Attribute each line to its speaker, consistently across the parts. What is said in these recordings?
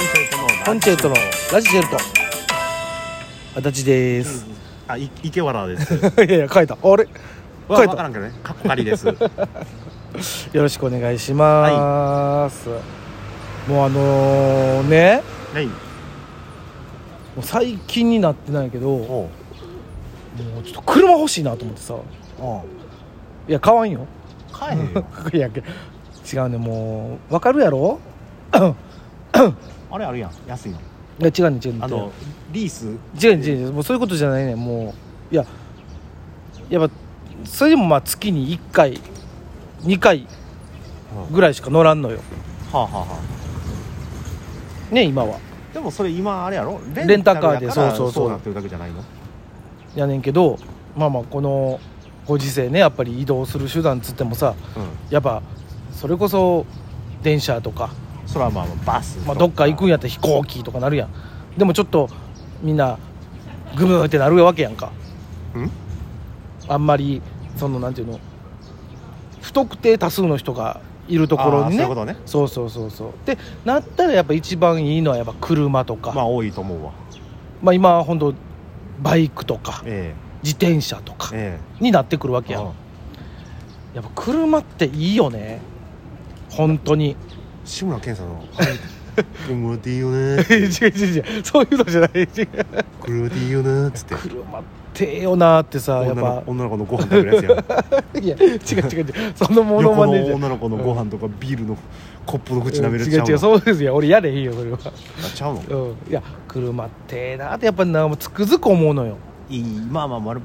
Speaker 1: コンチェルトのラジチェルト足立です、
Speaker 2: あ、い池原です。
Speaker 1: いやいや書いたあれ
Speaker 2: わ
Speaker 1: 書い
Speaker 2: わか
Speaker 1: た
Speaker 2: らんけどね。かっこかり です。
Speaker 1: よろしくお願いします、もうあのーね
Speaker 2: はい。
Speaker 1: もう最近になってないけども
Speaker 2: おう。
Speaker 1: うちょっと車欲しいなと思ってさ
Speaker 2: おう。
Speaker 1: いや買わんよ
Speaker 2: 帰れよ。
Speaker 1: いや違うねもうわかるやろ
Speaker 2: あれあるやん。安いの。
Speaker 1: いや違うね違うね
Speaker 2: あの、リース。
Speaker 1: 違う違う違うもうそういうことじゃないねもういややっぱそれでもまあ月に1回2回ぐらいしか乗らんのよ
Speaker 2: はあ、はあは
Speaker 1: ね今は
Speaker 2: あ、でもそれ今あれやろ
Speaker 1: レンタカーで
Speaker 2: レンタやから
Speaker 1: そうそうそう
Speaker 2: なってるだけじゃないの
Speaker 1: やねんけどまあまあこのご時世ねやっぱり移動する手段つってもさ
Speaker 2: うん。
Speaker 1: やっぱそれこそ電車とか、
Speaker 2: それはまあ、バス。
Speaker 1: まあ、どっか行くんやったら飛行機とかなるやんでもちょっとみんなグブーってなるわけやんか
Speaker 2: うん
Speaker 1: あんまりそのなんていうの不特定多数の人がいるところに
Speaker 2: あーそう
Speaker 1: ね
Speaker 2: いうことね
Speaker 1: そうそうそうそうでなったらやっぱ一番いいのはやっぱ車とか、
Speaker 2: ま
Speaker 1: まあ、
Speaker 2: あ、多いと思うわ。
Speaker 1: 今は本当バイクとか
Speaker 2: え
Speaker 1: 自転車とか
Speaker 2: え。え
Speaker 1: になってくるわ
Speaker 2: え。
Speaker 1: けや
Speaker 2: う
Speaker 1: ん
Speaker 2: ん
Speaker 1: やっぱ車っていいよね本当に
Speaker 2: 志村けんさんの。車っていいよね
Speaker 1: 違う 違う違うそういうのじゃない違う
Speaker 2: 車っていいよねっつって
Speaker 1: 車ってええよなってさ
Speaker 2: 女
Speaker 1: やっ
Speaker 2: の
Speaker 1: ぱ
Speaker 2: 子女の子のご飯食べるやつやん
Speaker 1: いや違う違う違うそのモノ
Speaker 2: 横
Speaker 1: マネじ
Speaker 2: の
Speaker 1: ゃ
Speaker 2: 女の子のご飯とかビールのコップの口舐める
Speaker 1: 違う違うそうですよ俺やれへんよそれは
Speaker 2: あちゃうの
Speaker 1: うんいや車ってええなってやっぱなつくづく思うのよ
Speaker 2: いいまあまあまあ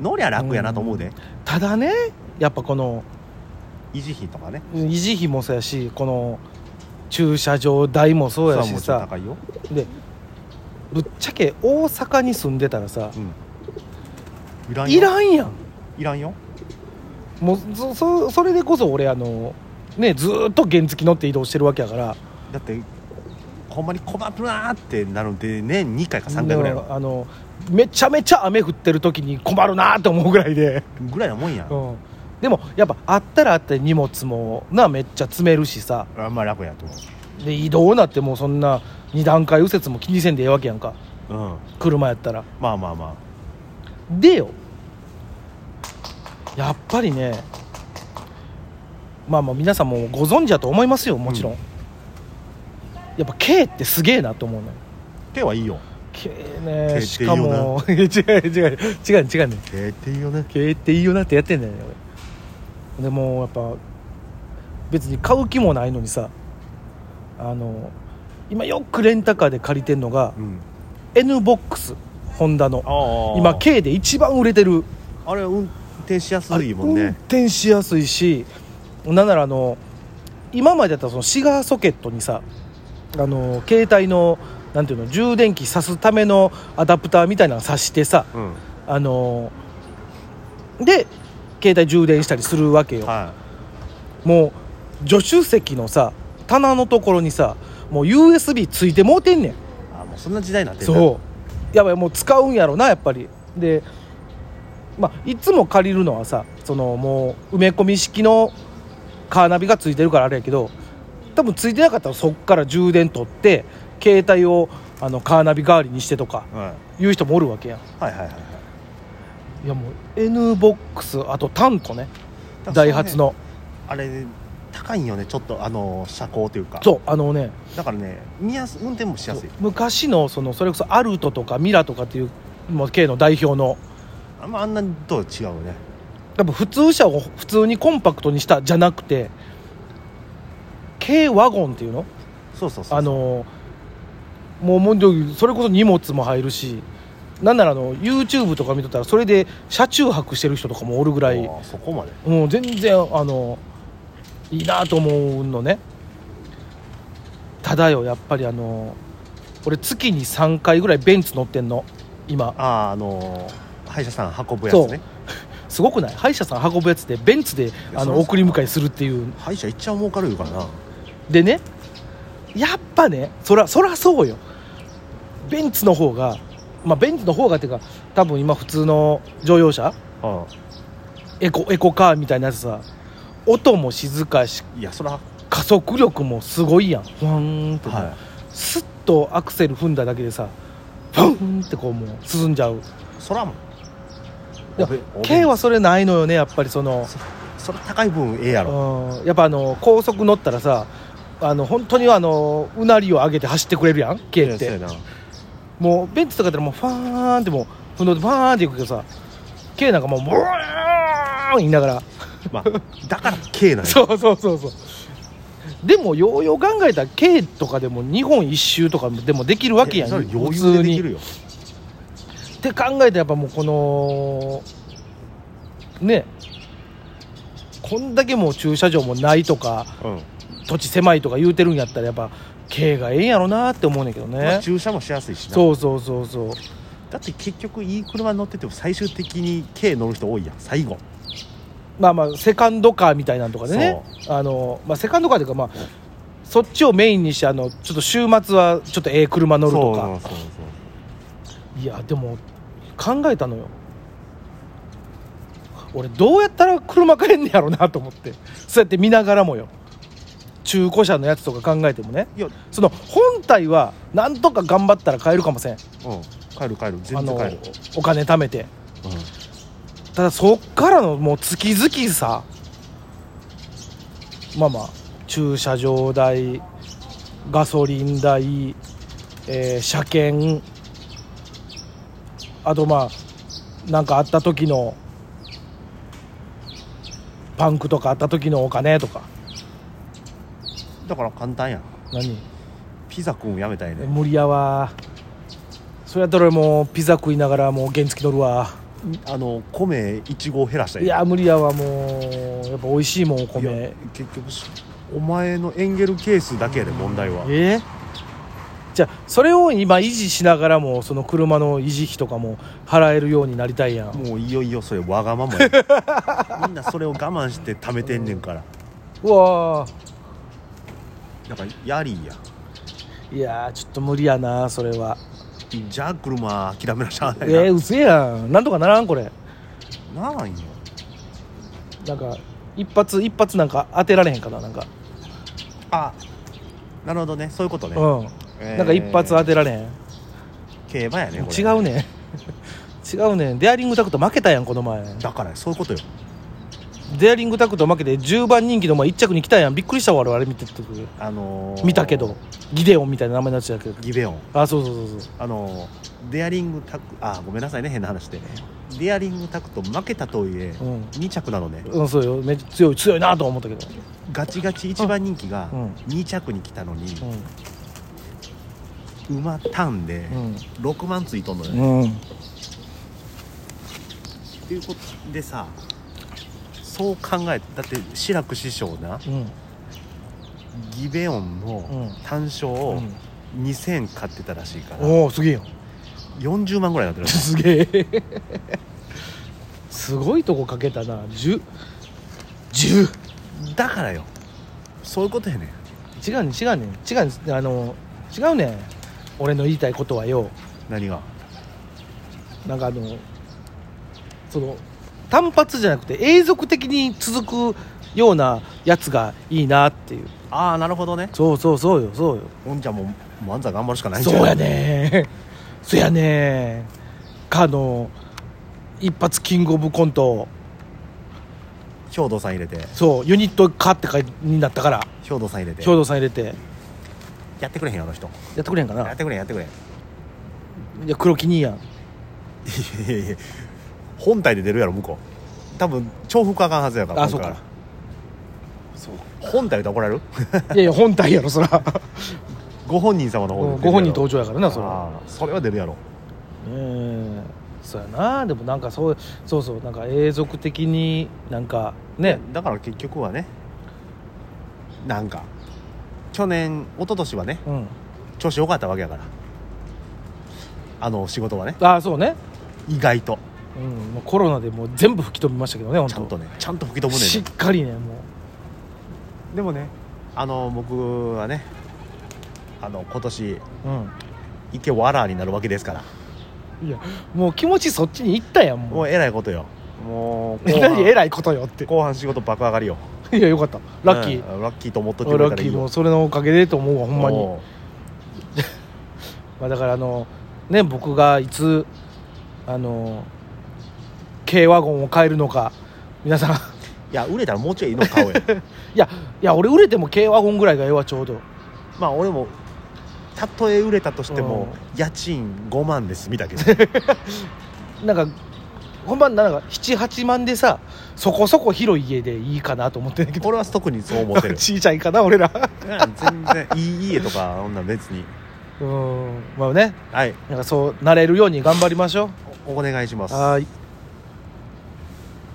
Speaker 2: 乗りゃ楽やなと思うで、
Speaker 1: ただねやっぱこの
Speaker 2: 維持費とかね
Speaker 1: 維持費もそうやしこの駐車場代もそう
Speaker 2: そ
Speaker 1: や
Speaker 2: れはもう
Speaker 1: し
Speaker 2: ちょっと
Speaker 1: さ
Speaker 2: 高いよ、
Speaker 1: でぶっちゃけ大阪に住んでたらさ
Speaker 2: うん、いらんよ
Speaker 1: いらんやん
Speaker 2: いらんよ
Speaker 1: もうそそそれでこそ俺あのねずーっと原付乗って移動してるわけやから
Speaker 2: だってほんまに困るなーってなるんで年2回か3回ぐらいやろ
Speaker 1: あのめちゃめちゃ雨降ってる時に困るなーって思うぐらいで、
Speaker 2: ぐらいなもんや、
Speaker 1: うん、でもやっぱあったらあったで荷物もなめっちゃ詰めるしさ
Speaker 2: あんまあ楽やと思
Speaker 1: で移動なってもうそんな2段階右折も気にせんでええわけやんか
Speaker 2: う、うん、
Speaker 1: 車やったら
Speaker 2: まあまあま
Speaker 1: でよやっぱりねまあまあ皆さんもご存知だと思いますよもちろん、
Speaker 2: うん
Speaker 1: やっぱ軽ってすげえなと思うのよ
Speaker 2: あ手はいいよ
Speaker 1: 軽
Speaker 2: 軽っていいよ
Speaker 1: ね
Speaker 2: な
Speaker 1: しかも 違う違う違う違う違うね
Speaker 2: 手っていいよね
Speaker 1: 軽っていいよなってやってんだよね俺でもやっぱ別に買う気もないのにさあの今よくレンタカーで借りてんのが
Speaker 2: うん
Speaker 1: N ボックスホンダの
Speaker 2: ああ
Speaker 1: 今軽で一番売れてる
Speaker 2: あれ運転しやすいもん
Speaker 1: 運
Speaker 2: ね
Speaker 1: 転しやすいしなんならあの今までだったらそのシガーソケットにさあの携帯のなんていうの充電器挿すためのアダプターみたいなの挿してさ
Speaker 2: うん
Speaker 1: あので携帯充電したりするわけよ、
Speaker 2: は
Speaker 1: もう助手席のさ棚のところにさもう USB ついてもうてんねん
Speaker 2: いあもうそんな時代になってる
Speaker 1: そうやばいもう使うんやろなやっぱりでまあいつも借りるのはさそのもう埋め込み式のカーナビがついてるからあれやけど多分ついてなかったらそっから充電取って携帯をあのカーナビ代わりにしてとか
Speaker 2: う、はい、
Speaker 1: いう人もおるわけやん
Speaker 2: はいはいはいはい
Speaker 1: いやもう N ボックスあとタントね
Speaker 2: だから
Speaker 1: ダイハツの
Speaker 2: あれ高いんよねちょっとあの車高というか
Speaker 1: そうあのね
Speaker 2: だからね見やす運転もしやすい
Speaker 1: 昔のそのそれこそアルトとかミラとかっていうもう K の代表の
Speaker 2: あんまあんなとは違うよね
Speaker 1: 多分普通車を普通にコンパクトにしたじゃなくて軽ワゴンっていうの
Speaker 2: そうそうそうそう
Speaker 1: あのもうもうそれこそ荷物も入るしなんならあの YouTube とか見とったらそれで車中泊してる人とかもおるぐらい
Speaker 2: ああそこまで
Speaker 1: もう全然あのいいなと思うのねただよやっぱりあの俺月に3回ぐらいベンツ乗ってんの今
Speaker 2: あああの歯医者さん運ぶやつ
Speaker 1: そう
Speaker 2: ね
Speaker 1: すごくない歯医者さん運ぶやつでベンツであ
Speaker 2: そ
Speaker 1: の
Speaker 2: うそう
Speaker 1: 送り迎えするっていう
Speaker 2: 歯医者いっちゃ儲かるいうからな
Speaker 1: でねやっぱねそらそらそうよベンツの方がまあベンツの方がっていうか多分今普通の乗用車
Speaker 2: あ
Speaker 1: エコエコカーみたいなやつさ音も静かやし
Speaker 2: いやそら
Speaker 1: 加速力もすごいやんふわーんとね、
Speaker 2: は
Speaker 1: スッとアクセル踏んだだけでさフンってこうもう進んじゃう
Speaker 2: そらも
Speaker 1: で
Speaker 2: おべおべ
Speaker 1: K はそれないのよねやっぱりその
Speaker 2: それ高い分ええやろ
Speaker 1: うんやっぱあの高速乗ったらさあの本当にあのうなりを上げて走ってくれるやん
Speaker 2: え
Speaker 1: K っ
Speaker 2: そうや
Speaker 1: て
Speaker 2: な
Speaker 1: もうベンツとかだったらもうファーンってもう振動でファーンっていくけどさ K なんかもうブーン言いながら
Speaker 2: まあだから K なんや
Speaker 1: そうそうそうそうでもようよう考えたら K とかでも日本一周とかでもできるわけやん
Speaker 2: いそれ余
Speaker 1: 普
Speaker 2: 裕で
Speaker 1: 通
Speaker 2: で
Speaker 1: に
Speaker 2: きるよ
Speaker 1: って考えたらやっぱもうこのねこんだけもう駐車場もないとか
Speaker 2: うん
Speaker 1: 土地狭いとか言うてるんやったらやっぱ経営がええんやろなって思うねんけど
Speaker 2: まあ
Speaker 1: ね
Speaker 2: 駐車もしやすいしな
Speaker 1: そうそうそうそう
Speaker 2: だって結局いい車乗ってても最終的に K 乗る人多いやん最後
Speaker 1: まあまあセカンドカーみたいなんとかでねあの、まあ、セカンドカーというかまあそっちをメインにしてあのちょっと週末はちょっとええ車乗るとか
Speaker 2: そうそうそうそう
Speaker 1: いやでも考えたのよ俺どうやったら車買えんねやろなと思ってそうやって見ながらもよ中古車のやつとか考えてもね
Speaker 2: いや
Speaker 1: その本体はなんとか頑張ったら買えるかもしれん
Speaker 2: うん帰る帰る
Speaker 1: あ
Speaker 2: 全然
Speaker 1: の
Speaker 2: 帰る、
Speaker 1: お金貯めて
Speaker 2: うん、
Speaker 1: ただそっからのもう月々さまあまあ駐車場代ガソリン代、えー車検あとまあなんかあった時のパンクとかあった時のお金とか
Speaker 2: だから簡単やん
Speaker 1: 何
Speaker 2: ピザ君やめたいね
Speaker 1: 無理やわそれやったら俺もうピザ食いながらもう原付乗るわ
Speaker 2: あの米1合減らしたら
Speaker 1: い
Speaker 2: ええ
Speaker 1: や無理やわもうやっぱ美味しいもんお
Speaker 2: いや
Speaker 1: 米
Speaker 2: 結局そお前のエンゲルケースだけやで問題は
Speaker 1: えーじゃあそれを今維持しながらもその車の維持費とかも払えるようになりたいやん
Speaker 2: もういよいよそれわがまま やみんなそれを我慢して貯めてんねんから
Speaker 1: うわ
Speaker 2: だからやりや
Speaker 1: ーいやーちょっと無理やなそれは
Speaker 2: じゃあ車諦めなしゃあ
Speaker 1: え
Speaker 2: ないな、
Speaker 1: ー、うせえやんなんとかならんこれ
Speaker 2: ならんよ
Speaker 1: なんか一発一発なんか当てられへんかななんか、
Speaker 2: あなるほどねそういうことね、
Speaker 1: うん、
Speaker 2: えー
Speaker 1: なんか一発当てられへん、
Speaker 2: 競馬やねこれ
Speaker 1: 違うね ん違うねんデアリングタクト負けたやんこの前
Speaker 2: だからそういうことよ
Speaker 1: デアリングタクト負けて10番人気の前1着に来たやんびっくりしたわ俺あれ見てて
Speaker 2: あのー
Speaker 1: 見たけどギデオンみたいな名前になっちゃうけど
Speaker 2: ギベオン
Speaker 1: あそうそうそうそう
Speaker 2: あのーデアリングタクあごめんなさいね変な話でデアリングタクト負けたとはいえ、
Speaker 1: うん
Speaker 2: 2着なのね
Speaker 1: うん、そうよめっちゃ強い強いなとは思ったけど、
Speaker 2: ガチガチ一番人気が
Speaker 1: うん
Speaker 2: 2着に来たのに、
Speaker 1: う
Speaker 2: 馬タンで
Speaker 1: ん
Speaker 2: 6万ついとんのよ、
Speaker 1: うんうん、
Speaker 2: っていうことでさそう考えてだって志らく師匠な
Speaker 1: うん
Speaker 2: ギベオンの
Speaker 1: うん
Speaker 2: 単勝
Speaker 1: う
Speaker 2: を
Speaker 1: ん、
Speaker 2: 2000買ってたらしいから、
Speaker 1: おおすげえよ
Speaker 2: 40万ぐらいになってる
Speaker 1: すげえすごいとこかけたな1010
Speaker 2: だからよそういうことやねん
Speaker 1: 違うねん違うねん違うねんあの違うねん俺の言いたいことはよ
Speaker 2: 何が
Speaker 1: なんかあのその単発じゃなくて永続的に続くようなやつがいいなっていう
Speaker 2: ああなるほどね
Speaker 1: そうそうそうよそうよ
Speaker 2: おんちゃんも漫才頑張るしかないん
Speaker 1: そうやねそやねかの一発キングオブコント
Speaker 2: 兵頭さん入れて
Speaker 1: そうユニットかって書いになったから
Speaker 2: 兵頭さん入れて
Speaker 1: 兵頭さん入れて
Speaker 2: やってくれへんあの人
Speaker 1: やってくれへんか
Speaker 2: や
Speaker 1: な
Speaker 2: ってくれんやってくれん
Speaker 1: いや黒木兄やん
Speaker 2: いやいやいや本体で出るやろ向こう多分重複あかんはずやから
Speaker 1: あ
Speaker 2: 今回
Speaker 1: そうかそう
Speaker 2: 本体で怒られる
Speaker 1: いやいや本体やろそら
Speaker 2: ご本人様の方で出るやろ
Speaker 1: ご本人登場やからなそれは
Speaker 2: あーそれは出るやろ
Speaker 1: うんそうやなでもなんかそうそうそうなんか永続的になんかね
Speaker 2: だから結局はねなんか去年一昨年はね
Speaker 1: うん
Speaker 2: 調子良かったわけやからあの仕事はね
Speaker 1: ああそうね、
Speaker 2: 意外と
Speaker 1: うん、もうコロナでもう全部吹き飛びましたけどね本
Speaker 2: ちゃん
Speaker 1: 当
Speaker 2: とねちゃんと吹き飛ぶねん
Speaker 1: しっかりねもう
Speaker 2: でもねあの僕はねあの今年
Speaker 1: うん
Speaker 2: 池わらになるわけですから
Speaker 1: いやもう気持ちそっちに行ったやんも
Speaker 2: も
Speaker 1: う
Speaker 2: うえらいことよもう 後半
Speaker 1: 何偉いことよって
Speaker 2: 後半仕事爆上がりよ
Speaker 1: いやよかったラッキー、
Speaker 2: うんラッキーと思っといて
Speaker 1: 俺
Speaker 2: くれ
Speaker 1: ラ
Speaker 2: た
Speaker 1: ッ
Speaker 2: ら
Speaker 1: キ
Speaker 2: いい
Speaker 1: ー
Speaker 2: よ
Speaker 1: もうそれのおかげでと思うわほんまに
Speaker 2: も
Speaker 1: まあ、だからあの、ね、僕がいつあの軽ワゴンを買えるのか皆さん
Speaker 2: い や売れたらもうちょいいいの買おう や
Speaker 1: いやいや俺売れても軽ワゴンぐらいがええわちょうど
Speaker 2: まあ俺もたとえ売れたとしても、家賃5万ですみたいな い
Speaker 1: なんかほんまなんか78万でさそこそこ広い家でいいかなと思ってんだけ
Speaker 2: や
Speaker 1: ど
Speaker 2: 俺は特にそう思 ってる
Speaker 1: ちいちゃいかな俺ら
Speaker 2: 全然いい家とかそんなん別に
Speaker 1: うんまあね
Speaker 2: はい
Speaker 1: なんかそうなれるように頑張りましょう
Speaker 2: おお願いします
Speaker 1: はーい